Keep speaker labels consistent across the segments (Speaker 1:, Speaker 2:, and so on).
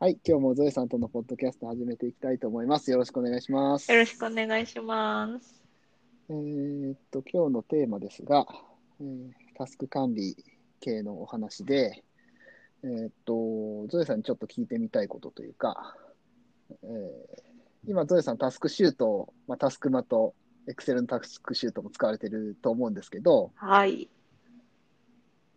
Speaker 1: はい、今日もゾエさんとのポッドキャスト始めていきたいと思います。よろしくお願いします。
Speaker 2: よろしくお願いします。
Speaker 1: えーっと、今日のテーマですが、えータスク管理系のお話で、えーっと、ゾエさんにちょっと聞いてみたいことというか、えー今、ゾエさん、タスクシュートを、まあ、タスクマと、エクセルのタスクシュートも使われてると思うんですけど、
Speaker 2: はい。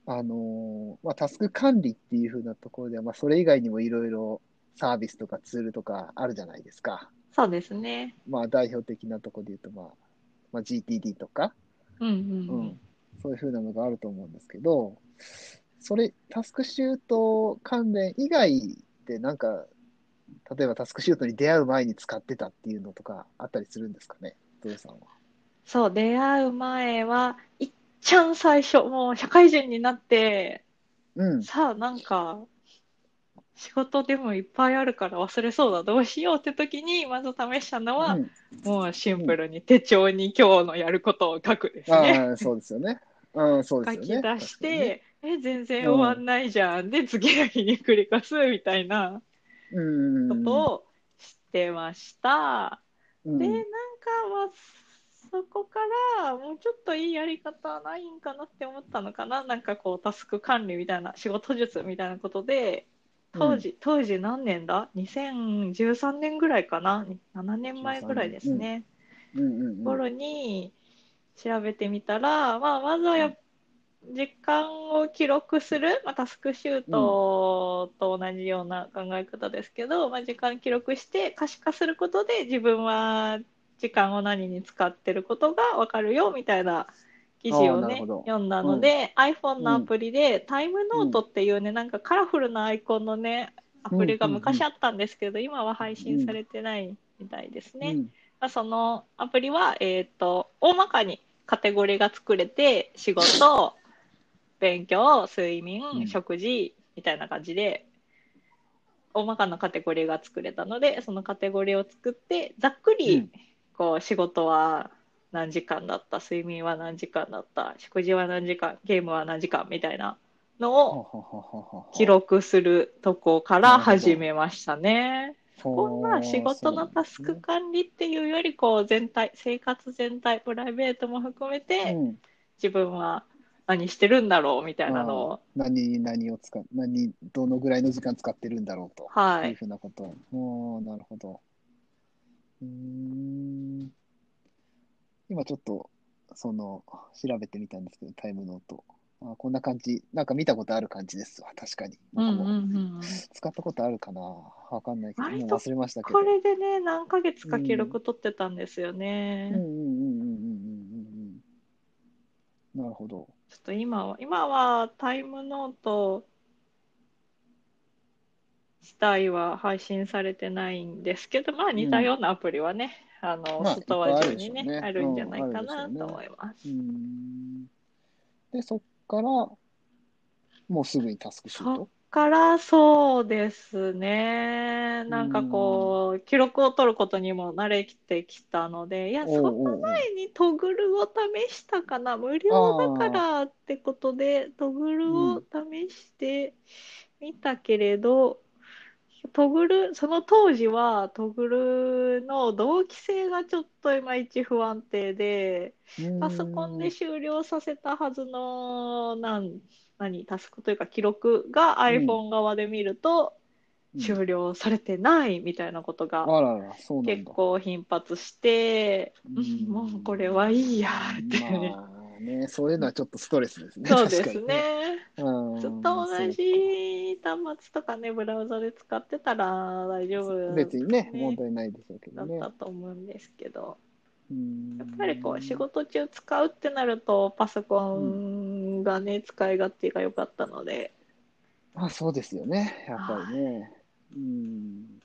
Speaker 1: あのーまあ、タスク管理っていう風なところでは、まあ、それ以外にもいろいろサービスとかツールとかあるじゃないですか。
Speaker 2: そうですね。
Speaker 1: まあ、代表的なところで言うと、まあ、まあ、GTD とか、
Speaker 2: うんうんう
Speaker 1: うんん。そういう風なのがあると思うんですけど、それ、タスクシュート関連以外って、なんか、例えばタスクシュートに出会う前に使ってたっていうのとかあったりするんですかね、土井さんは。
Speaker 2: そう、出会う前は、いっちゃん最初、もう社会人になって、
Speaker 1: うん、
Speaker 2: さあなんか、仕事でもいっぱいあるから忘れそうだ、どうしようって時に、まず試したのは、
Speaker 1: うん
Speaker 2: もうシンプルに手帳に今日のやることを書くですね。
Speaker 1: ああ、そうですよね。うん、そうで
Speaker 2: 書
Speaker 1: すよ
Speaker 2: き
Speaker 1: ね。
Speaker 2: 出し
Speaker 1: 確かにね
Speaker 2: て、え、全然終わんないじゃん。で、次の日に繰り返すみたいな
Speaker 1: うん
Speaker 2: こ
Speaker 1: うん
Speaker 2: とをしてました。
Speaker 1: うん
Speaker 2: で、なんか、まあ、そこから、もうちょっといいやり方ないんかなって思ったのかな。なんかこう、タスク管理みたいな、仕事術みたいなことで、当時、当時何年だ ?2013 年ぐらいかな ?7 年前ぐらいですね。
Speaker 1: うんうんうん
Speaker 2: 頃に調べてみたら、まあ、まずはやっ時間を記録する、まあ、タスクシュートと同じような考え方ですけど、まあ、時間記録して可視化することで自分は時間を何に使ってることが分かるよみたいな記事
Speaker 1: あー
Speaker 2: を
Speaker 1: なる
Speaker 2: ね
Speaker 1: ほど
Speaker 2: 読んだので、iPhone のアプリで、タイムノートっていうねなんかカラフルなアイコンのねアプリが昔あったんですけど、今は配信されてないみたいですね。
Speaker 1: うん
Speaker 2: まあそのアプリは、えっと大まかにカテゴリーが作れて 仕事勉強睡眠、
Speaker 1: うん
Speaker 2: 食事みたいな感じで大まかなカテゴリーが作れたのでそのカテゴリーを作ってざっくり、
Speaker 1: うん
Speaker 2: こう仕事は何時間だった睡眠は何時間だった食事は何時間ゲームは何時間みたいなのを記録するとこか
Speaker 1: な
Speaker 2: ら
Speaker 1: るほど
Speaker 2: 始めましたね。こんな仕事のタスク
Speaker 1: か
Speaker 2: 管理っていうよりこう全体生活全体プライベートも含めて
Speaker 1: うん、
Speaker 2: 自分は何してるんだろうみたいなのを
Speaker 1: 何に何を使う何どのぐらいの時間使ってるんだろうと、
Speaker 2: はい
Speaker 1: いうふうなことおーなるほどうーん今ちょっとその調べてみたんですけどタイムノートあこんな感じなんか見たことある感じですわ確かに
Speaker 2: うん
Speaker 1: 僕
Speaker 2: うん
Speaker 1: も
Speaker 2: うん
Speaker 1: 使ったことあるかなわかんないけど
Speaker 2: 割
Speaker 1: もう
Speaker 2: と
Speaker 1: 忘れましたけど
Speaker 2: これでね何ヶ月か記録取ってたんですよね、
Speaker 1: うんうんうんうんうんうんうんなるほど
Speaker 2: ちょっと今は今はタイムノート自体は配信されてないんですけどまあ似たようなアプリはね、あの
Speaker 1: まあ
Speaker 2: ストア
Speaker 1: いっぱいある
Speaker 2: 中
Speaker 1: でし
Speaker 2: に
Speaker 1: ょう
Speaker 2: ね,、
Speaker 1: ね
Speaker 2: あるんじゃないか
Speaker 1: う
Speaker 2: なん
Speaker 1: あるでしょうね
Speaker 2: と思います、
Speaker 1: うーんで、そっから、もうすぐにタスクシュー
Speaker 2: そ
Speaker 1: ト
Speaker 2: っ。からそうですね。なんかこう、記録を取ることにも慣れてきたので、いや、
Speaker 1: お
Speaker 2: そうの
Speaker 1: おうおう
Speaker 2: 前にトグルを試したかな。無料だからってことで、トグルを試してみたけれど、トグル、その当時はトグルの同期性がちょっといまいち不安定で、
Speaker 1: うーん
Speaker 2: パソコンで終了させたはずのなん何タスクというか記録が iPhone 側で見ると、
Speaker 1: うん
Speaker 2: 終了されてないみたいなことが
Speaker 1: あらら、そうなん
Speaker 2: 結
Speaker 1: だ。
Speaker 2: 構頻発して、
Speaker 1: うん
Speaker 2: うんもうこれはいいやって ね、
Speaker 1: まあね、そういうのはちょっとストレスですね。
Speaker 2: そうです
Speaker 1: 確かに。
Speaker 2: ね
Speaker 1: うん
Speaker 2: ずっと同じ端末とかねブラウザで使ってたら大丈
Speaker 1: そう
Speaker 2: 夫
Speaker 1: 別にね、
Speaker 2: ね
Speaker 1: 問題ないでしょうけ
Speaker 2: だ
Speaker 1: ど
Speaker 2: っ
Speaker 1: ね。
Speaker 2: たと思うんですけど。
Speaker 1: や
Speaker 2: やっぱりこう仕事中使うってなるとパソコンがね、使い勝手が良かったので
Speaker 1: まあそうですよね、やっぱりね。うん。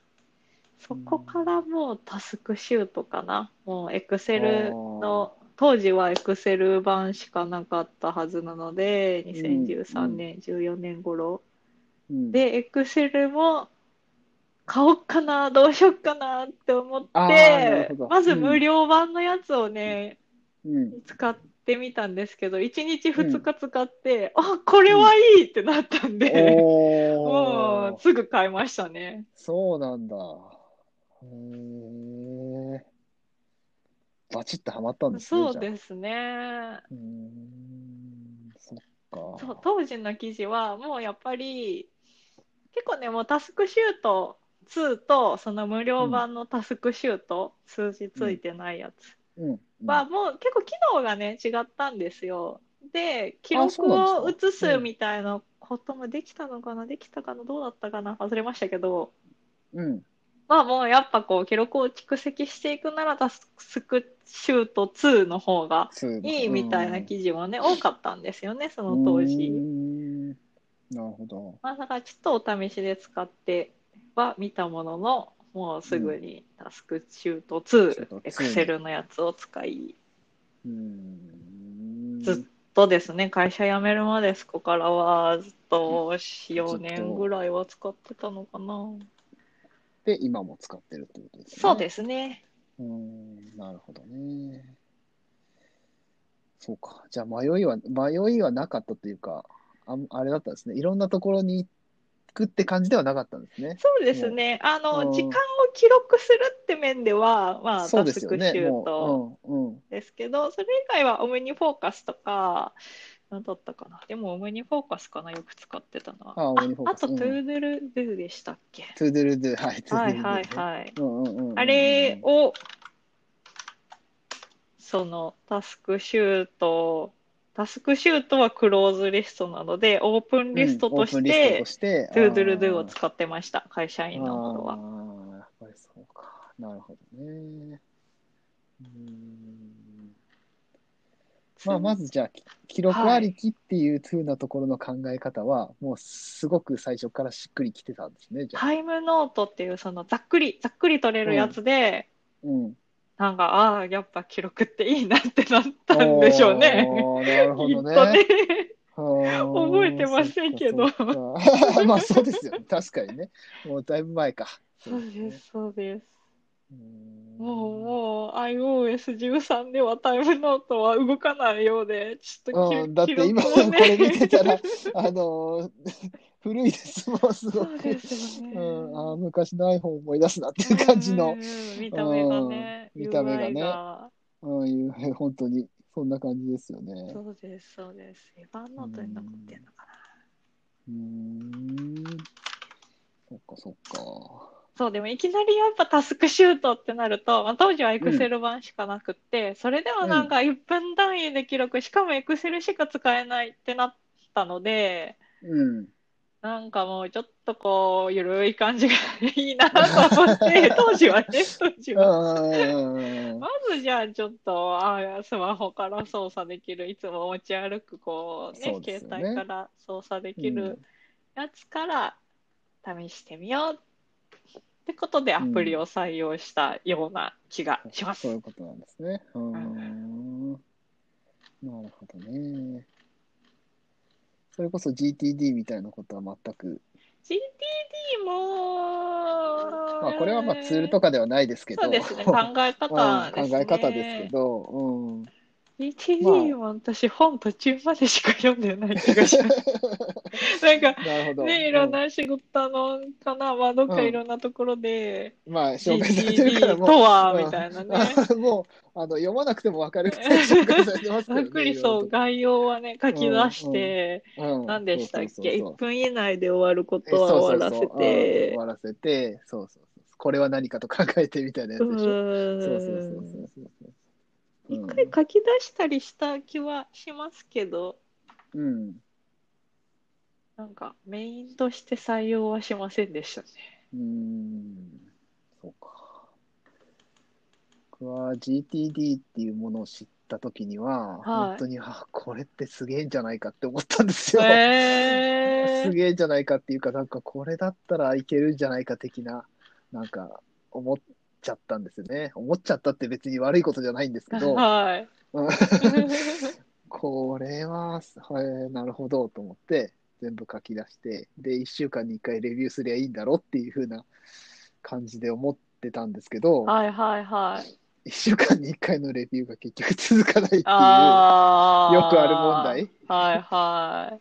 Speaker 2: そこからもうタスクシュートかなもうエクセルの当時はエクセル版しかなかったはずなので2013年、14年頃
Speaker 1: うん、
Speaker 2: でエクセルも買おっかなどうしよっかなって思っ
Speaker 1: あーなる
Speaker 2: て
Speaker 1: ほど
Speaker 2: まず無料版のやつをね、
Speaker 1: うん、
Speaker 2: 使ってみたんですけど1日2日使って、あこれはいいってなったんで、
Speaker 1: おー
Speaker 2: もう
Speaker 1: よ。
Speaker 2: すぐ買いましたね。
Speaker 1: そうなんだ。へえ。バチッとハマったんですね。
Speaker 2: そう
Speaker 1: じゃあ
Speaker 2: ですね。
Speaker 1: うーん、そっか。
Speaker 2: そう当時の記事はもうやっぱり結構ねもうタスクシュート2とその無料版のタスクシュート、数字ついてないやつ
Speaker 1: うん。うん
Speaker 2: はもう結構機能がね違ったんですよ。で記
Speaker 1: あそう
Speaker 2: 録
Speaker 1: なん
Speaker 2: を
Speaker 1: ですか
Speaker 2: 移すみたいなこともできたのかな、できたかなどうだったかな忘れましたけど
Speaker 1: うん。
Speaker 2: まあもうやっぱこう記録を蓄積していくならタスクシュート2の方が
Speaker 1: そう
Speaker 2: いいみたいな記事もね、多かったんですよねその当時。
Speaker 1: うーんなるほど。
Speaker 2: まあ、だからちょっとお試しで使っては見たものの、もうすぐにタスクシュート
Speaker 1: シュー
Speaker 2: 2
Speaker 1: ト、2
Speaker 2: Excel のやつを使いう
Speaker 1: ーん。
Speaker 2: ずとですね、会社辞めるまでそこからはずっと4年ぐらいは使ってたのかな。
Speaker 1: で、今も使ってるってことですね。
Speaker 2: そう
Speaker 1: す。
Speaker 2: ですね。
Speaker 1: うーん、なるほどね。そうか。じゃあ、迷いは、迷いはなかったというか、あんあれだったんですね。いろんなところに行くって感じではなかったんですね。
Speaker 2: そうですね。あ
Speaker 1: うん
Speaker 2: の、時間を記録するって面では、まあ、
Speaker 1: そう
Speaker 2: タ
Speaker 1: で
Speaker 2: ス
Speaker 1: すよ
Speaker 2: クシ
Speaker 1: ね。
Speaker 2: ュート。
Speaker 1: もう、うん、うん。
Speaker 2: ですけど、それ以外はオムニフォーカスとか、なんだったかな。でもオムニフォーカスかな、よく使ってたのは。
Speaker 1: あオムニフォーカス
Speaker 2: あと
Speaker 1: うん
Speaker 2: トゥードゥルドゥでしたっけ。
Speaker 1: トゥードゥルドゥ、はい、トゥード
Speaker 2: は
Speaker 1: ゥ
Speaker 2: い
Speaker 1: ルドゥ。
Speaker 2: はいはい。
Speaker 1: うんうんうんうん。
Speaker 2: あれを、そのタスクシュート、タスクシュートはクローズリストなので、オープンリストとし
Speaker 1: うんオープンリスト
Speaker 2: て
Speaker 1: と、して、
Speaker 2: トゥードゥルドゥを
Speaker 1: あー
Speaker 2: 使ってました、会社員の頃は。
Speaker 1: ああ、やっぱりそうか。なるほどね。うーんまあ、まずじゃあ、き記録ありきっていう風なところの考え方は、もうすごく最初からしっくりきてたんですね、じゃあ。
Speaker 2: タイムノートっていう、そのざっくり、ざっくり取れるやつで、
Speaker 1: うん。
Speaker 2: なんか、ああ、やっぱ記録っていいなってなったんでしょう ね。
Speaker 1: おー。なるほ
Speaker 2: きっ
Speaker 1: ど
Speaker 2: と
Speaker 1: ね。
Speaker 2: ね。
Speaker 1: あー
Speaker 2: 覚えてませんけど
Speaker 1: そっかそっか まあ、そうですよね。確かにね。もうだいぶ前か。
Speaker 2: そうです、そうです。
Speaker 1: うーん
Speaker 2: もう、もう、iOS13 ではタイムノートは動かないようで、ちょっと記
Speaker 1: うん、だって
Speaker 2: 記
Speaker 1: 今
Speaker 2: 録を
Speaker 1: こ
Speaker 2: ね
Speaker 1: れ見てた ら、あの ー古いですもん、すご
Speaker 2: そう
Speaker 1: く。
Speaker 2: ですよね。
Speaker 1: うん、あー昔の iPhone を思い出すなっていう感じ
Speaker 2: う
Speaker 1: の
Speaker 2: ん、見た目がね、
Speaker 1: うん見た目がね
Speaker 2: UI が
Speaker 1: うん、いう 本当に、そんな感じですよね。
Speaker 2: そうです、そうです。エヴァンノートに残ってるのかな。
Speaker 1: うーん。そっか、そっか。
Speaker 2: そう、でもいきなりやっぱタスクシュートってなると、まあ、当時は Excel 版しかなくって、それではなんか1分単位で記録、しかも Excel しか使えないってなったので、
Speaker 1: うん。
Speaker 2: なんかもうちょっとこう、ゆるい感じがいいなと思 って、当時はね、当時は。
Speaker 1: うん
Speaker 2: まずじゃあちょっと、ああ、スマホから操作できる、いつも持ち歩く、こうね、
Speaker 1: そうですよね
Speaker 2: 携帯から操作できるやつから試してみようってことでアプリを採用したような気がします。
Speaker 1: そういうことなんですね。うーん。なるほどね。それこそ GTD みたいなことは全く
Speaker 2: GTD も、
Speaker 1: まあ、これはまあツールとかではないですけど、
Speaker 2: そうですね、考え方で
Speaker 1: うん
Speaker 2: す
Speaker 1: 考
Speaker 2: ね。
Speaker 1: え方です けど、 うん、
Speaker 2: GTD も私本途中までしか読んでない気がします。なんか、
Speaker 1: なるほど。
Speaker 2: ね、いろんな仕事あのかな、まあ、どっかいろんなところで、
Speaker 1: うん、まあ、紹介されてるから
Speaker 2: GTD
Speaker 1: もう、
Speaker 2: とは、みたいなね。
Speaker 1: あ もうあの読まなくても分かるくらい紹介されて ますけ
Speaker 2: ざ
Speaker 1: ど
Speaker 2: っ
Speaker 1: ね
Speaker 2: くりそう、概要はね、書き出して、
Speaker 1: いろいろとうん
Speaker 2: 何でしたっ
Speaker 1: そうそう
Speaker 2: け、
Speaker 1: そう
Speaker 2: 1分以内で終わること
Speaker 1: そう
Speaker 2: は
Speaker 1: そう
Speaker 2: 終
Speaker 1: そう
Speaker 2: わらせ
Speaker 1: うん終
Speaker 2: て、
Speaker 1: わらせて、そうそうそう。これは何かと考えてみたいなや
Speaker 2: う
Speaker 1: つでしょ。そうそうそう
Speaker 2: ー
Speaker 1: そ
Speaker 2: ん
Speaker 1: うそうそう。
Speaker 2: 一回書き出したりした気はしますけど、
Speaker 1: うん、
Speaker 2: なんかメインとして採用はしませんでしたね。
Speaker 1: うーんそうか。僕は GTD っていうものを知ったときには、
Speaker 2: はい
Speaker 1: 本当に、あ、これってすげえんじゃないかって思ったんですよ。
Speaker 2: え
Speaker 1: す
Speaker 2: ー、
Speaker 1: げえんじゃないかっていうか、なんかこれだったらいけるんじゃないか的な、なんか思っちゃったんですよね。思っちゃったって別に悪いことじゃないんですけど、
Speaker 2: はい。
Speaker 1: うんこれは、はい、なるほどと思って、全部書き出して、で、1週間に1回レビューすりゃいいんだろっていう風な感じで思ってたんですけど、
Speaker 2: はいはいはい。
Speaker 1: 1週間に1回のレビューが結局続かないっていう、よく
Speaker 2: ああ。
Speaker 1: ある問題
Speaker 2: はいは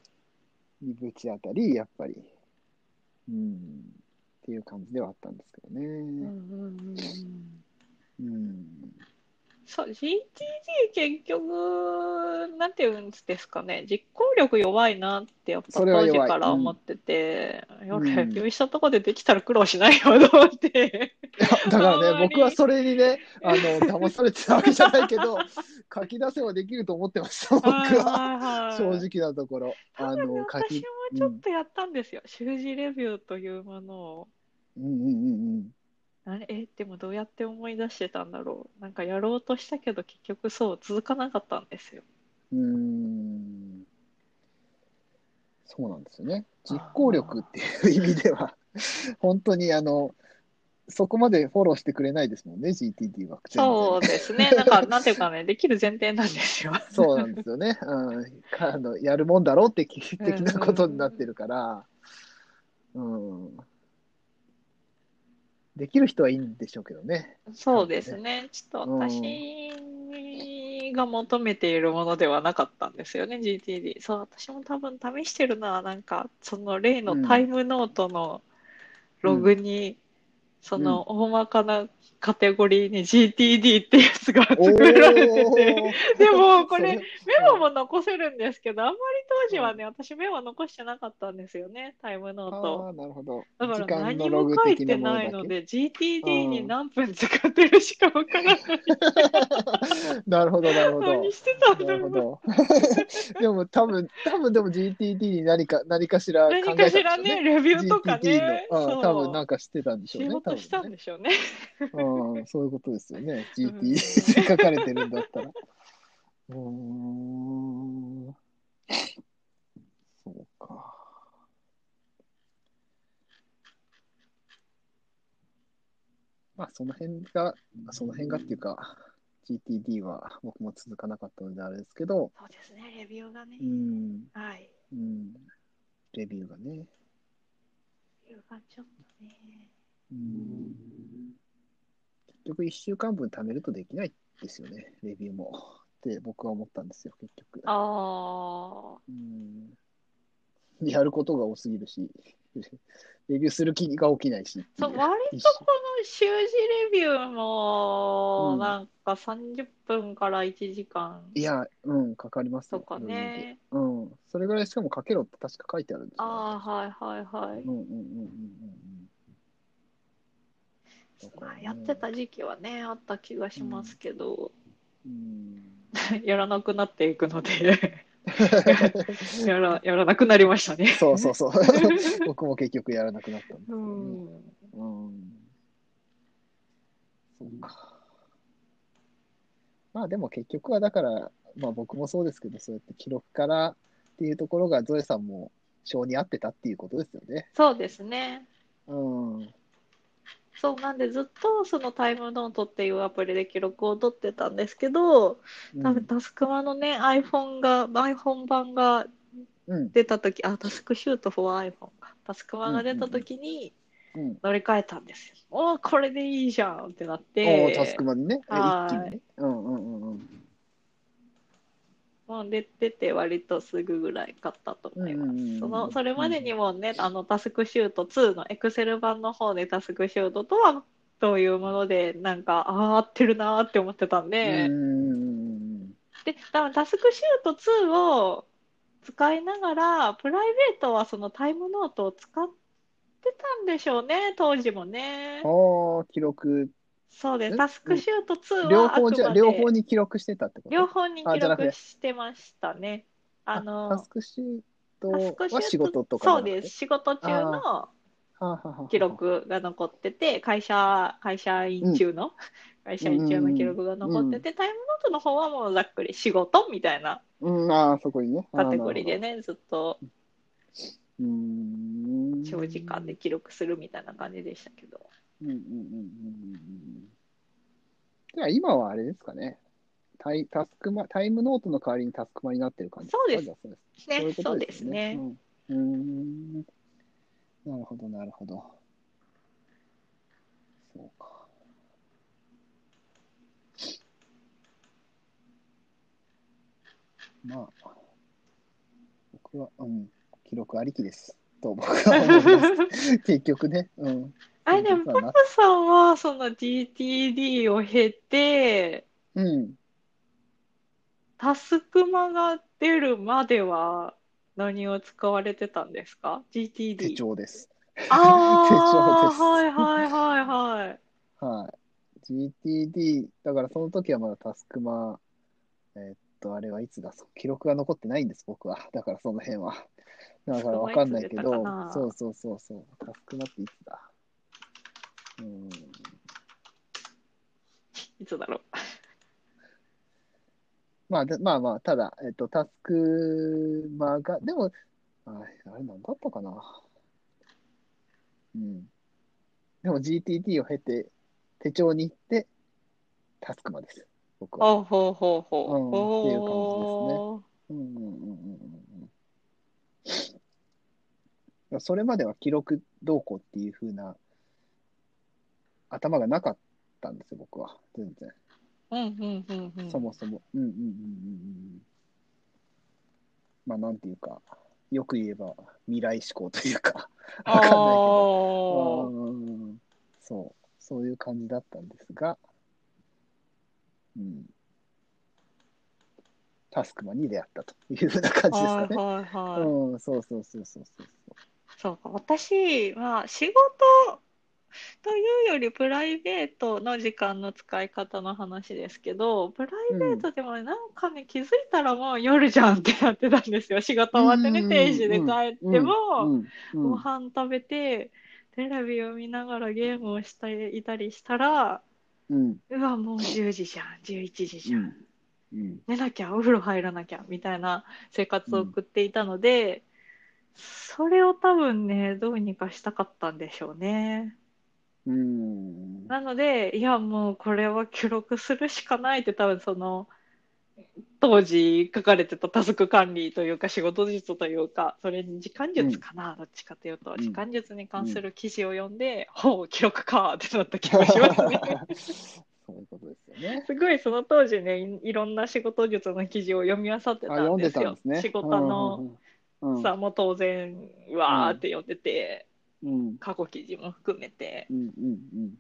Speaker 2: い。
Speaker 1: にぶち当たり、やっぱり、うん、っていう感じではあったんですけど
Speaker 2: うんう
Speaker 1: ね。
Speaker 2: んうんうん
Speaker 1: うん、
Speaker 2: そう GTD 結局なんていうんですかね実行力弱いなってやっぱ
Speaker 1: それは
Speaker 2: 当
Speaker 1: 弱い
Speaker 2: 時から思ってて、
Speaker 1: ん
Speaker 2: いや
Speaker 1: うん
Speaker 2: レビューしたとこでできたら苦労しないよと思って
Speaker 1: いやだか
Speaker 2: あん
Speaker 1: ら
Speaker 2: ま
Speaker 1: ね
Speaker 2: り
Speaker 1: 僕はそれにねあの騙されてたわけじゃないけど書き出せばできると思ってました 僕は
Speaker 2: は
Speaker 1: 正直なところ。あ
Speaker 2: 多分
Speaker 1: の書
Speaker 2: 私
Speaker 1: き
Speaker 2: もちょっとやったんですよ、習字レビューというものを
Speaker 1: うんうんうんうん
Speaker 2: あれえでもどうやって思い出してたんだろうなんかやろうとしたけど結局そう続かなかったんですよ
Speaker 1: うーんそうなんですよね。実行力っていう意味では、本当にあの、そこまでフォローしてくれないですもんね、GTD は。全然
Speaker 2: そうですねなんかなんていうかねできる前提なんですよ
Speaker 1: そうなんですよね。うん、かあのやるもんだろうって基本的なことになってるから、うん。できる人はいいんでしょうけど ね。
Speaker 2: そうですね。ちょっと私が求めているものではなかったんですよね、GTD。そう、私も多分試してるな。なんか、その例
Speaker 1: うん
Speaker 2: のタイムノートのログに、その大まかなカテゴリーに GTD ってやつが作られてて、でもこれ、メモも残せるんですけど、あんまり当時はね、私メモ残してなかったんですよね、タイム
Speaker 1: あ
Speaker 2: ノート。
Speaker 1: あー、なるほど。
Speaker 2: だから
Speaker 1: 時間の
Speaker 2: 何
Speaker 1: ロ
Speaker 2: も
Speaker 1: グ
Speaker 2: 書い
Speaker 1: 的
Speaker 2: て
Speaker 1: なもの
Speaker 2: な
Speaker 1: だ
Speaker 2: い
Speaker 1: け。
Speaker 2: ので GTD
Speaker 1: う
Speaker 2: に
Speaker 1: ん
Speaker 2: 何分使ってるしか分からない
Speaker 1: なるほど、なるほ ど。
Speaker 2: 何してたん
Speaker 1: な
Speaker 2: だ
Speaker 1: るほ
Speaker 2: ろう
Speaker 1: ど。 でも多分、多分でも GTD に何か、何かしら考えた
Speaker 2: 何
Speaker 1: んで
Speaker 2: か
Speaker 1: しょ
Speaker 2: し
Speaker 1: う
Speaker 2: らね
Speaker 1: ね。
Speaker 2: レビューとか
Speaker 1: GTD
Speaker 2: ね
Speaker 1: の、
Speaker 2: そ
Speaker 1: うん
Speaker 2: う
Speaker 1: 多分なんかしてたんでしょう
Speaker 2: 仕
Speaker 1: ね。多
Speaker 2: 事
Speaker 1: 分
Speaker 2: したん
Speaker 1: ね。
Speaker 2: でしょうね
Speaker 1: うん、そういうことですよね。
Speaker 2: うん
Speaker 1: GTD に 書かれてるんだったら。うーん。そうか。まあ、その辺が、その辺がっていうか、GTD は僕も続かなかったのであれですけど、
Speaker 2: そうですねレビューがね
Speaker 1: うん、
Speaker 2: はい
Speaker 1: うん、レビューがね。
Speaker 2: レビューがちょっとね
Speaker 1: うん結局1週間分貯めるとできないですよね、レビューも。って僕は思ったんですよ、結局。
Speaker 2: あ
Speaker 1: うんやることが多すぎるし、 レビューする気が起きないしってい
Speaker 2: あそう割
Speaker 1: 一
Speaker 2: と
Speaker 1: 緒
Speaker 2: この習字レビューも
Speaker 1: うん
Speaker 2: なんか30分から1時間
Speaker 1: いや、うん、かかります
Speaker 2: と
Speaker 1: よ
Speaker 2: かね
Speaker 1: うん、それぐらいしかもかけろって確か書いてあるんですよ。
Speaker 2: ああはいはいはい
Speaker 1: うんうんうんうんうんうん。
Speaker 2: まあやってた時期はねあった気がしますけど、
Speaker 1: うん。
Speaker 2: やらなくなっていくので やらやらなくなりましたね。
Speaker 1: そうそう そう。僕も結局やらなくなったんですけど
Speaker 2: う
Speaker 1: ね。
Speaker 2: ん、
Speaker 1: うんそうか。まあでも結局はだから、まあ僕もそうですけど、そうやって記録からっていうところがゾエさんも性に合ってたっていうことですよね。
Speaker 2: そうですね
Speaker 1: うん。
Speaker 2: そうなんでずっとそのタイムノートっていうアプリで記録を取ってたんですけど多分タスクマのね iPhone が iPhone 版が
Speaker 1: うん。
Speaker 2: 出た時あタスクシュート for iPhone かタスクマが出た時に
Speaker 1: うん。
Speaker 2: 乗り換えたんですよ。おおこれでいいじゃんってなっ
Speaker 1: お
Speaker 2: て
Speaker 1: おータスクまでね。
Speaker 2: は
Speaker 1: 一気
Speaker 2: い
Speaker 1: にね。うんうんうんうん。
Speaker 2: もう出出て割とすぐぐらい買ったと思います。
Speaker 1: うんうんうん
Speaker 2: そのそれまでにもね、あのタスクシュート2のエクセル版の方でタスクシュートとはどういうものでなんかあー合ってるなーって思ってたんで、
Speaker 1: うんうん
Speaker 2: で多分タスクシュート2を使いながらプライベートはそのタイムノートを使ってたんでしょうね当時もね
Speaker 1: うん。。おー記録。
Speaker 2: そうで
Speaker 1: え
Speaker 2: す。タスクシュート2
Speaker 1: 両
Speaker 2: はあく
Speaker 1: 方
Speaker 2: ま
Speaker 1: じゃ、
Speaker 2: で
Speaker 1: 両方に記録してたってこと
Speaker 2: 両方に
Speaker 1: あ
Speaker 2: 記
Speaker 1: じゃなくて
Speaker 2: 録してましたね。あの
Speaker 1: タスクシュート
Speaker 2: タスクシュー
Speaker 1: は
Speaker 2: ト
Speaker 1: 仕事とか
Speaker 2: そう
Speaker 1: じゃなく
Speaker 2: で
Speaker 1: て
Speaker 2: す。仕事中の
Speaker 1: はあはあはあはあ
Speaker 2: 記録が残ってて会社会社員中の、 会社員中の記録が残ってて、タイムノートの方はもうざっくり仕事みたいな
Speaker 1: うん、ああ、そこにね。
Speaker 2: カテゴリーで
Speaker 1: ね。
Speaker 2: ねずっと
Speaker 1: うーん。
Speaker 2: 長時間で記録するみたいな感じでしたけど
Speaker 1: うんうんうんうんうんうん。じゃあ今はあれですかね。タイタスクマタイムノートの代わりにタスクマになってる感じか
Speaker 2: そうです
Speaker 1: じゃあそうです。
Speaker 2: ね
Speaker 1: そういう
Speaker 2: そ
Speaker 1: こ
Speaker 2: う
Speaker 1: と
Speaker 2: で
Speaker 1: ですすよね
Speaker 2: ね。
Speaker 1: うん。うーんなるほど、なるほど。そうか。まあ、僕は、うん、記録ありきです。と僕は思います。 結局ね。うん。
Speaker 2: あれでも、パパさんは、その GTD を経て、
Speaker 1: うん。
Speaker 2: タスクマが出るまでは何を使われてたんですか ?GTD。
Speaker 1: 手帳です。
Speaker 2: ああ、
Speaker 1: 手帳です
Speaker 2: はいはいはいはい。
Speaker 1: はい。GTD、だからその時はまだタスクマ、えーっと、あれはいつだそう、記録が残ってないんです、僕は。だからその辺は。だからわかんないけ
Speaker 2: タスクマいつ出た
Speaker 1: ど
Speaker 2: かな、
Speaker 1: そうそうそうそう、タスクマっていつだ。うん、
Speaker 2: いつだ ろう。
Speaker 1: まあ、でまあまあ、ただ、えーっと、タスクマが、でも、ああれ、なんだったかな。うん。でも GTD を経て、手帳に行って、タスクマです、僕は。
Speaker 2: ほうほうほうほう。
Speaker 1: うんっていう感じですね
Speaker 2: ほう
Speaker 1: うんうんうんうんうんうん。それまでは記録動向っていう風な頭がなかったんですよ、僕は。全然。
Speaker 2: うんうんうんうん。
Speaker 1: そもそも。うんうんうんうんうん。まあ、なんていうか、よく言えば未来志向というか、わかんないけど。
Speaker 2: あ
Speaker 1: うんそう、そういう感じだったんですが、うん。タスクマンに出会ったというふうな感じですかね。
Speaker 2: ーはいはいはい。
Speaker 1: うん、そうそうそうそうそう
Speaker 2: そうか、私、まあ、仕事というよりプライベートの時間の使い方の話ですけど、プライベートでもなんかね、気づいたらもう夜じゃんってなってたんですよ。仕事終わって
Speaker 1: うん
Speaker 2: ね、
Speaker 1: うん
Speaker 2: 定時で帰って
Speaker 1: そう。
Speaker 2: も、
Speaker 1: ん、うん
Speaker 2: ご飯食べて、テレビを見ながらゲームをしたりいたりしたら、
Speaker 1: うん、
Speaker 2: うわ、もう10時じゃん、11時じゃ
Speaker 1: うん
Speaker 2: ん、
Speaker 1: うん、
Speaker 2: 寝なきゃ、お風呂入らなきゃ、みたいな生活を送っていたので、それを多分ね、どうにかしたかったんでしょうね。
Speaker 1: うん、
Speaker 2: なので、いや、もうこれは記録するしかないって多分その、当時書かれてたタスク管理というか仕事術というか、それに時間術かな、どっちかというと、
Speaker 1: ん
Speaker 2: 時間術に関する記事を読んで、ほう、記録かってなった気がします ね。
Speaker 1: そういうことですよね。
Speaker 2: すごいその当時ねいいろんな仕事術の記事を読み漁って
Speaker 1: あ、
Speaker 2: た
Speaker 1: 読
Speaker 2: ん
Speaker 1: ん
Speaker 2: で
Speaker 1: ですたん
Speaker 2: よ
Speaker 1: ですね。
Speaker 2: 仕事の
Speaker 1: うん、うん、うん、
Speaker 2: さも当然うわーって読んでて、
Speaker 1: うん、
Speaker 2: 過去記事も含めて
Speaker 1: うん、うん、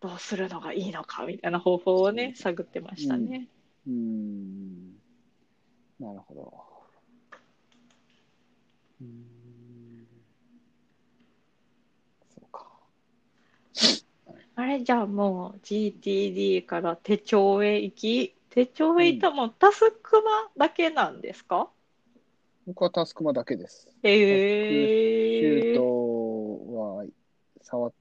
Speaker 2: どうするのがいいのかみたいな方法をね探ってましたね、
Speaker 1: うん、うん、なるほど。うん、そうか。
Speaker 2: あれじゃあもう GTD から手帳へ行き手帳へ行ったもうタスクマだけなんですか、
Speaker 1: 僕はタスクマだけです。シュ
Speaker 2: え
Speaker 1: ー
Speaker 2: えー、
Speaker 1: トは触っ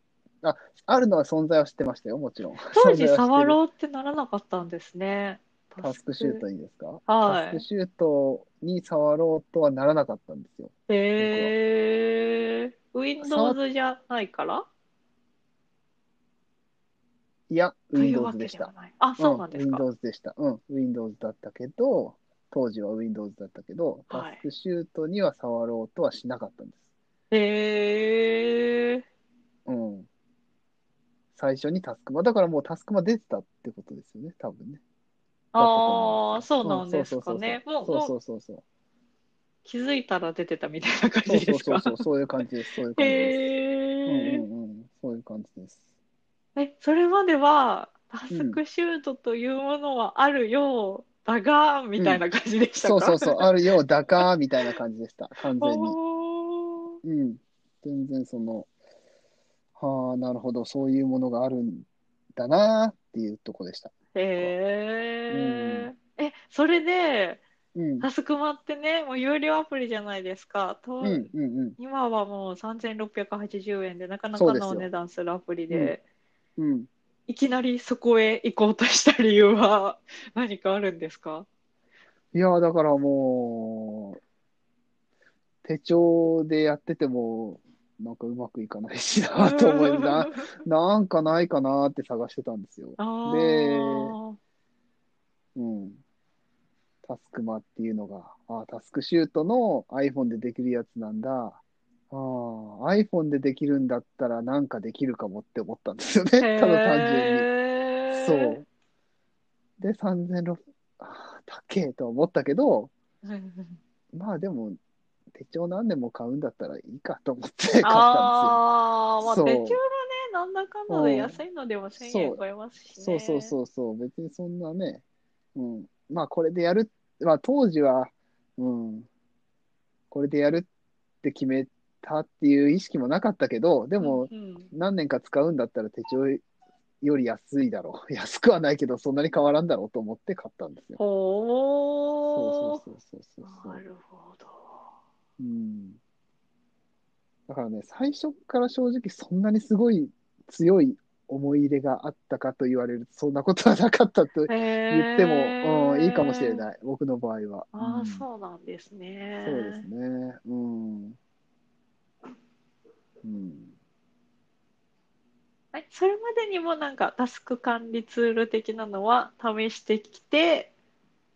Speaker 1: あ、あるのは存在は知ってましたよ、もちろん。
Speaker 2: 当時触
Speaker 1: う。
Speaker 2: ろうってならなかったんですね
Speaker 1: タスクシュートいいですか
Speaker 2: はい
Speaker 1: タスクシュートに触ろうとはならなかったんですよ。
Speaker 2: へえ、Windows じゃないから
Speaker 1: いや、
Speaker 2: というわ
Speaker 1: Windows
Speaker 2: け
Speaker 1: でし
Speaker 2: では
Speaker 1: た。
Speaker 2: ない。あ、そうなんですか。
Speaker 1: Windows でした。うん、Windows だったけど、当時は Windows だったけど、
Speaker 2: は
Speaker 1: タ
Speaker 2: い
Speaker 1: スクシュートには触ろうとはしなかったんです。
Speaker 2: へえ、
Speaker 1: うん。最初にタスクマ。だからもうタスクマ出てたってことですよね、多分ね。
Speaker 2: ああ、そうなんですかね。もう、
Speaker 1: そう
Speaker 2: も
Speaker 1: そううそうそう。
Speaker 2: 気づいたら出てたみたいな感
Speaker 1: そう
Speaker 2: じです
Speaker 1: そう
Speaker 2: か。
Speaker 1: そうそう、そういう感じです。そういう感じです。うん
Speaker 2: へえ。
Speaker 1: うんうん、そういう感じです。
Speaker 2: え、それまではタスクシュートというものはあるようだが、みたいな感じでした
Speaker 1: そう
Speaker 2: か。
Speaker 1: そうそう、あるようだかみたいな感じでした、完全に。
Speaker 2: おー
Speaker 1: うん、全然その、はあ、なるほど、そういうものがあるんだなっていうとこでした。
Speaker 2: へえ。え、それで、
Speaker 1: うん、
Speaker 2: タスクマってね、もう有料アプリじゃないですか。と
Speaker 1: うん、うん、うん
Speaker 2: 今はもう3680円でなかな
Speaker 1: そ
Speaker 2: か
Speaker 1: うです
Speaker 2: の
Speaker 1: よ
Speaker 2: お値段するアプリで
Speaker 1: うん。
Speaker 2: いきなりそこへ行こうとした理由は 何かあるんですか
Speaker 1: いや、だからもう、手帳でやってても、なんかうまくいかないしなと思い な、なんかないかなって探してたんですよ。
Speaker 2: あー
Speaker 1: でうん。タスクマっていうのが、あタスクシュートの iPhone でできるやつなんだ。ああ、iPhone でできるんだったらなんかできるかもって思ったんですよね。ただ単
Speaker 2: へー
Speaker 1: 純に。そう。で、3600、ああ、高えとは思ったけど、
Speaker 2: うんうん
Speaker 1: まあでも、手帳何年も買うんだったらいいかと思って買ったんですよ。
Speaker 2: ああ、まあ、手
Speaker 1: そう
Speaker 2: 帳がね、なんだかんだ
Speaker 1: うん
Speaker 2: で安いのでも1000
Speaker 1: そ
Speaker 2: 円
Speaker 1: う
Speaker 2: 超えますしね。
Speaker 1: そうそうそうそう、別にそんなね、うん、まあこれでやる、まあ当時は、うん、これでやるって決めたっていう意識もなかったけど、で
Speaker 2: で
Speaker 1: も
Speaker 2: うんうん
Speaker 1: 何年か使うんだったら手帳より安いだろう。 安くはないけど、そんなに変わらんだろうと思って買ったんですよ。
Speaker 2: ほ
Speaker 1: そううそうそうそうそう
Speaker 2: な
Speaker 1: そう。
Speaker 2: るほど。
Speaker 1: うん。だからね、最初から正直そんなにすごい強い思い入れがあったかと言われると、そんなことはなかったと言っても、うん、いいかもしれ
Speaker 2: い。
Speaker 1: ない、僕の場合は。
Speaker 2: あ
Speaker 1: うん
Speaker 2: あ、そうなんですね。
Speaker 1: そうですね。うん。うん、
Speaker 2: えそれまでにもなんかタスク管理ツール的なのは試してきて、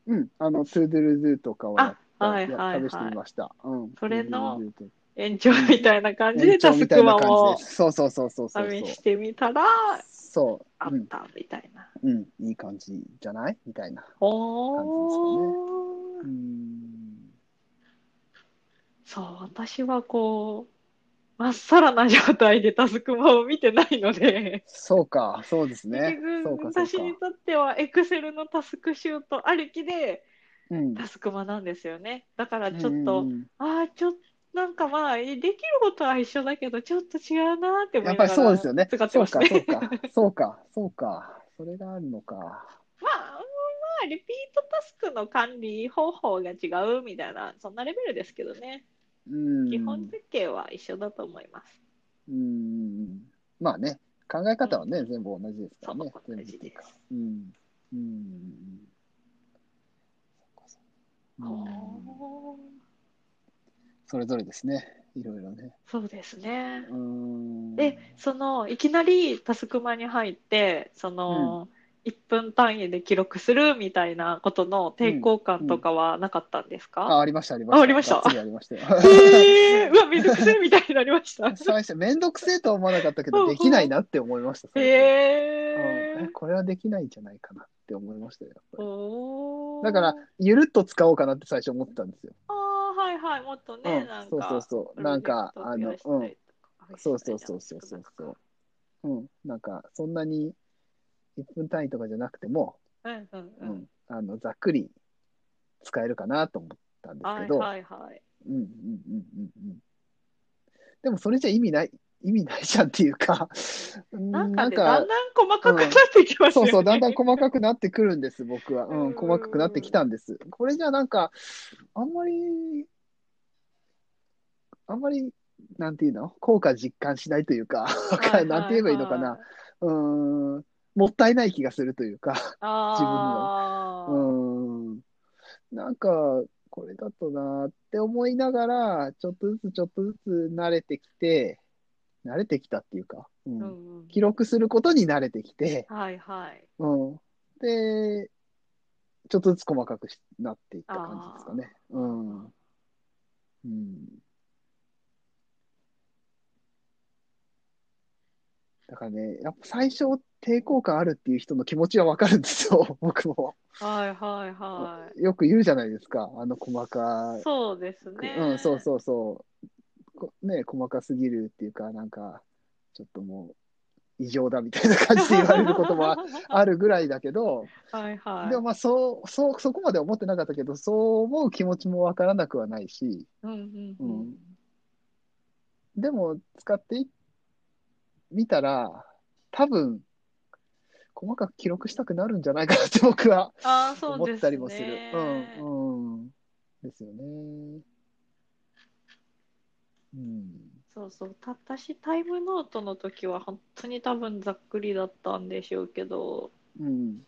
Speaker 1: うん、あの、トゥードゥルズーとかはやっ
Speaker 2: あはい
Speaker 1: いや
Speaker 2: はいはい
Speaker 1: 試してみました。うん、
Speaker 2: それの
Speaker 1: ToDoZoo と
Speaker 2: 延長みたいな感じで
Speaker 1: 延長
Speaker 2: タス
Speaker 1: み
Speaker 2: ク
Speaker 1: たいな
Speaker 2: マ
Speaker 1: 感
Speaker 2: を
Speaker 1: じです。そうそうそうそうそう
Speaker 2: 試してみたら、
Speaker 1: そう。
Speaker 2: あ
Speaker 1: そ
Speaker 2: っ
Speaker 1: う、うん、
Speaker 2: たみたいな。
Speaker 1: うん、いい感じじゃないみたいな。
Speaker 2: おー
Speaker 1: うん。
Speaker 2: そう、私はこう、まっさらな状態でタスクマを見てないので、
Speaker 1: そうか、そうですね
Speaker 2: 結。
Speaker 1: そう
Speaker 2: 局
Speaker 1: か、そう
Speaker 2: 私に
Speaker 1: か。
Speaker 2: とってはエクセルのタスクシュートありきで
Speaker 1: うん。
Speaker 2: タスクマなんですよね。だからち
Speaker 1: う
Speaker 2: ょっ
Speaker 1: ん
Speaker 2: と、
Speaker 1: うんうん
Speaker 2: ああ、ちょっと、なんかまあ、できることは一緒だけど、ちょっと違うなーって思
Speaker 1: やっ
Speaker 2: い
Speaker 1: ぱり
Speaker 2: なが
Speaker 1: そう
Speaker 2: ら
Speaker 1: ですよね。
Speaker 2: 使って
Speaker 1: そう
Speaker 2: ます
Speaker 1: か、そう
Speaker 2: ね。
Speaker 1: か、そうか、そうか。それがあるのか。
Speaker 2: まあ、まあ、リピートタスクの管理方法が違うみたいな、そんなレベルですけどね。
Speaker 1: うん。
Speaker 2: 基本設計は一緒だと思います。
Speaker 1: うん。まあね、考え方はね、全部同じですからね。
Speaker 2: そう
Speaker 1: 全部
Speaker 2: 同
Speaker 1: って
Speaker 2: じ
Speaker 1: いう
Speaker 2: で
Speaker 1: か。
Speaker 2: す。
Speaker 1: うん。うん。そっかそっかうん
Speaker 2: おー
Speaker 1: それぞれですね。いろいろね。
Speaker 2: そうですね。
Speaker 1: うん。
Speaker 2: で、その、いきなりタスクマに入って、その、1分単位で記録するみたいなことの抵抗感とかはなかったんですか、
Speaker 1: あ、ありました、ありました。
Speaker 2: あありました
Speaker 1: がっつりありましたよ。
Speaker 2: えー、うわ、めんどくせえみたいになり ました。
Speaker 1: 最初、めんどくせえとは思わなかったけ
Speaker 2: うん
Speaker 1: ど、
Speaker 2: うん
Speaker 1: できないなって思いました。最初
Speaker 2: え
Speaker 1: うんえ
Speaker 2: ー、
Speaker 1: これはできないんじゃないかなって思いましたよ、やっぱり。
Speaker 2: おー
Speaker 1: だから、ゆるっと使おうかなって最初思ってたんですよ。
Speaker 2: あーはいはい、もっとね、
Speaker 1: うん
Speaker 2: なん
Speaker 1: そう
Speaker 2: か、
Speaker 1: そうそう。なんか、
Speaker 2: プロ
Speaker 1: あ
Speaker 2: ジェ
Speaker 1: の、
Speaker 2: クト
Speaker 1: う
Speaker 2: 増
Speaker 1: ん。
Speaker 2: やしたりとか
Speaker 1: そうそうそうそうそうそう。。うん。なんか、そんなに1分単位とかじゃなくても、
Speaker 2: うんうん
Speaker 1: う。
Speaker 2: うんん。
Speaker 1: あの、ざっくり使えるかなと思ったんです
Speaker 2: は
Speaker 1: け
Speaker 2: い
Speaker 1: ど、
Speaker 2: はいはい。
Speaker 1: うんうんうんうんうん。でも、それじゃ意味ない、意味ないじゃんっていうか、うん
Speaker 2: なんか
Speaker 1: なん
Speaker 2: ね、だ
Speaker 1: か
Speaker 2: ん、だん細かくなってきます
Speaker 1: そ
Speaker 2: よ
Speaker 1: う
Speaker 2: ね。
Speaker 1: そう、だんだん細かくなってくるんです、僕は。う
Speaker 2: うん
Speaker 1: ん、細かくなってきたんです。これじゃなんか、あんまり、あんまり、なんていうの効果実感しないというか、 わか
Speaker 2: はいは
Speaker 1: ら
Speaker 2: いは
Speaker 1: んなんて言えばいいのかな。。うーん、もったいない気がするというか、
Speaker 2: あ
Speaker 1: うーん、なんか、これだとなーって思いながら、ちょっとずつちょっとずつ慣れてきて、慣れてきたっていうか、う、
Speaker 2: 自分の。うんんうん
Speaker 1: 記録することに慣れてきて、
Speaker 2: はいはい。
Speaker 1: うん。で、ちょっとずつ細かくしなっていった感じですかね。うん。うん。だからね、やっぱ最初抵抗感あるっていう人の気持ちはわかるんですよ、 僕も。
Speaker 2: はいはいは
Speaker 1: よく言うじゃないですか、あの細か
Speaker 2: い。そうです
Speaker 1: く。
Speaker 2: ね。
Speaker 1: うん、そうそうそう。こね、細かすぎるっていうか、なんか、ちょっともう、異常だみたいな感じで言われることもああるぐらいだけど、
Speaker 2: はいはい。
Speaker 1: でもまあそう、そう、そこまで思ってなかったけど、そう思う気持ちもわからなくはないし、
Speaker 2: うんうんうん
Speaker 1: うんでも使ってみたら、多分、細かく記録したくなるんじゃないかなって僕は
Speaker 2: ああ、そう
Speaker 1: 思
Speaker 2: で
Speaker 1: った
Speaker 2: す
Speaker 1: りもする。
Speaker 2: ね。
Speaker 1: うん、うん。ですよね。うん。
Speaker 2: そうそう。た私タイムノートの時は本当に多分ざっくりだったんでしょうけど、
Speaker 1: うん。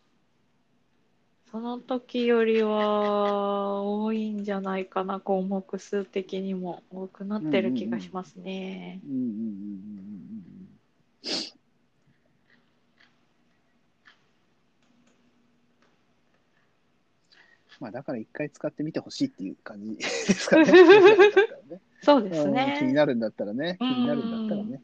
Speaker 2: その時よりは多いんじゃないかな、項目数的にも多くなってる気がしますね
Speaker 1: うん。うんうんうんまあだから一回使ってみてほしいっていう感じです かね。
Speaker 2: そうです
Speaker 1: うん気に
Speaker 2: ね。
Speaker 1: なるんだったらね。気
Speaker 2: うん
Speaker 1: になるんだったらね。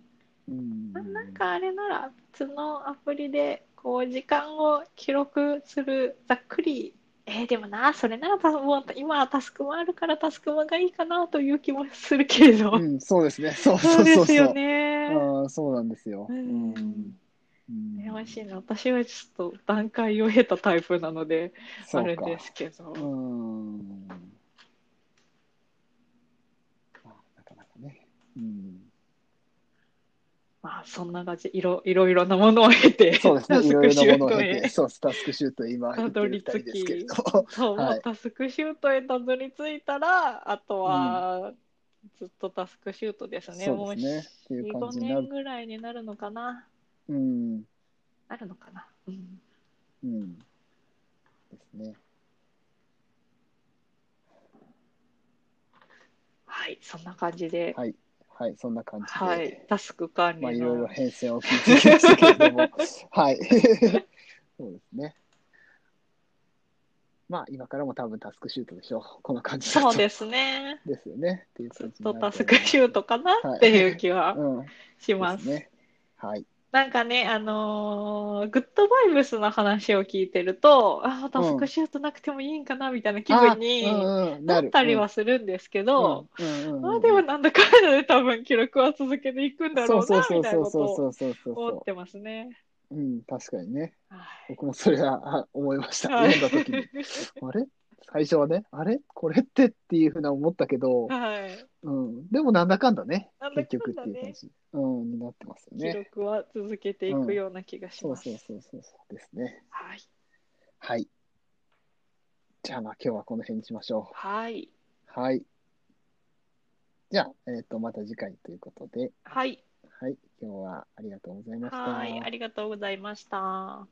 Speaker 1: うん
Speaker 2: ななんかあれなら別のアプリでこう時間を記録するざっくりえーでもな、それならたもう今はタスクもあるからタスクマがいいかなという気もするけれど。
Speaker 1: うん、そうですね。そう
Speaker 2: そ
Speaker 1: そううそう
Speaker 2: で
Speaker 1: そう。
Speaker 2: すよね。
Speaker 1: ああ、そうなんですよ。
Speaker 2: う
Speaker 1: うんん。
Speaker 2: ね
Speaker 1: う
Speaker 2: 美
Speaker 1: ん
Speaker 2: 味しいな。私はちょっと段階を経たタイプなので、
Speaker 1: そ
Speaker 2: あ
Speaker 1: う
Speaker 2: れ
Speaker 1: か。
Speaker 2: ですけど
Speaker 1: う。ん。まあ、なかなかね。うん。
Speaker 2: まあ、そんな感じ。いろいろいろなものを 経て、
Speaker 1: そうですね。いろい
Speaker 2: タスクシュ
Speaker 1: ろなものを
Speaker 2: ート
Speaker 1: 経 て、
Speaker 2: へ。
Speaker 1: そうです。タスクシュートへ今行ってる二人ですけれども。
Speaker 2: そう、
Speaker 1: はい
Speaker 2: もうタスクシュートへたどり着いたら、あとは、ずっとタスクシュートですね。
Speaker 1: そうですね。っていう
Speaker 2: も
Speaker 1: 感
Speaker 2: う4、
Speaker 1: じ
Speaker 2: 5
Speaker 1: にな
Speaker 2: 年
Speaker 1: る。
Speaker 2: ぐらいになるのかな。
Speaker 1: うん。
Speaker 2: なるのかな。うん。
Speaker 1: うん。ですね。
Speaker 2: はい、そんな感じで。
Speaker 1: はい。はい。そんな感じで。
Speaker 2: はい、タスク管理
Speaker 1: まあ、いろいろ
Speaker 2: の。
Speaker 1: 変遷を聞いてきましたけれど も、 はい。そうですね。まあ、今からも多分タスクシュートでしょう。この感じだと。
Speaker 2: そうですね。
Speaker 1: ですよね。っていう
Speaker 2: ずっ
Speaker 1: 感じにな
Speaker 2: と
Speaker 1: る
Speaker 2: タスクシュートかな
Speaker 1: はい
Speaker 2: っていう気は
Speaker 1: うん。
Speaker 2: し
Speaker 1: で
Speaker 2: ますす。
Speaker 1: ね。はい。
Speaker 2: なんかね、あのーグッドバイブスの話を聞いてると、ああ、タスクシュートなくてもいいんかなみたいな気分
Speaker 1: あ
Speaker 2: に
Speaker 1: うんうん、
Speaker 2: な
Speaker 1: な
Speaker 2: っ
Speaker 1: る。
Speaker 2: たりはするんですけど、
Speaker 1: うん、うんうんうんうん
Speaker 2: まあでもなんだかんだで多分記録は続けていくんだ
Speaker 1: そ
Speaker 2: ろ
Speaker 1: う
Speaker 2: う
Speaker 1: そう
Speaker 2: な
Speaker 1: そ
Speaker 2: み
Speaker 1: う
Speaker 2: たいな
Speaker 1: そう
Speaker 2: ことを
Speaker 1: そうそうそう
Speaker 2: 思っ
Speaker 1: そ
Speaker 2: てますね。
Speaker 1: う。うん、確かにね。
Speaker 2: はい
Speaker 1: 僕もそれはあ思いました。
Speaker 2: はい
Speaker 1: 読んだ時に。あれ最初はね、あれこれってっていうふうな思ったけど、
Speaker 2: はい。
Speaker 1: うん、でもなんだかんだね
Speaker 2: なん、だ
Speaker 1: 結
Speaker 2: か
Speaker 1: 局
Speaker 2: ん
Speaker 1: っ
Speaker 2: だ
Speaker 1: て
Speaker 2: ね
Speaker 1: いう感じ、うん、になってますよ
Speaker 2: 記
Speaker 1: ね。
Speaker 2: 録は続けていくような気がし
Speaker 1: そう
Speaker 2: ます。
Speaker 1: そうそうそうそうですね。
Speaker 2: はい。
Speaker 1: はい。じゃあまあ今日はこの辺にしましょ
Speaker 2: はい。
Speaker 1: う。はい。じゃあ、えっ、と、また次回ということで、
Speaker 2: はい。
Speaker 1: はい、今日はありがとうございました。
Speaker 2: はい。ありがとうございました。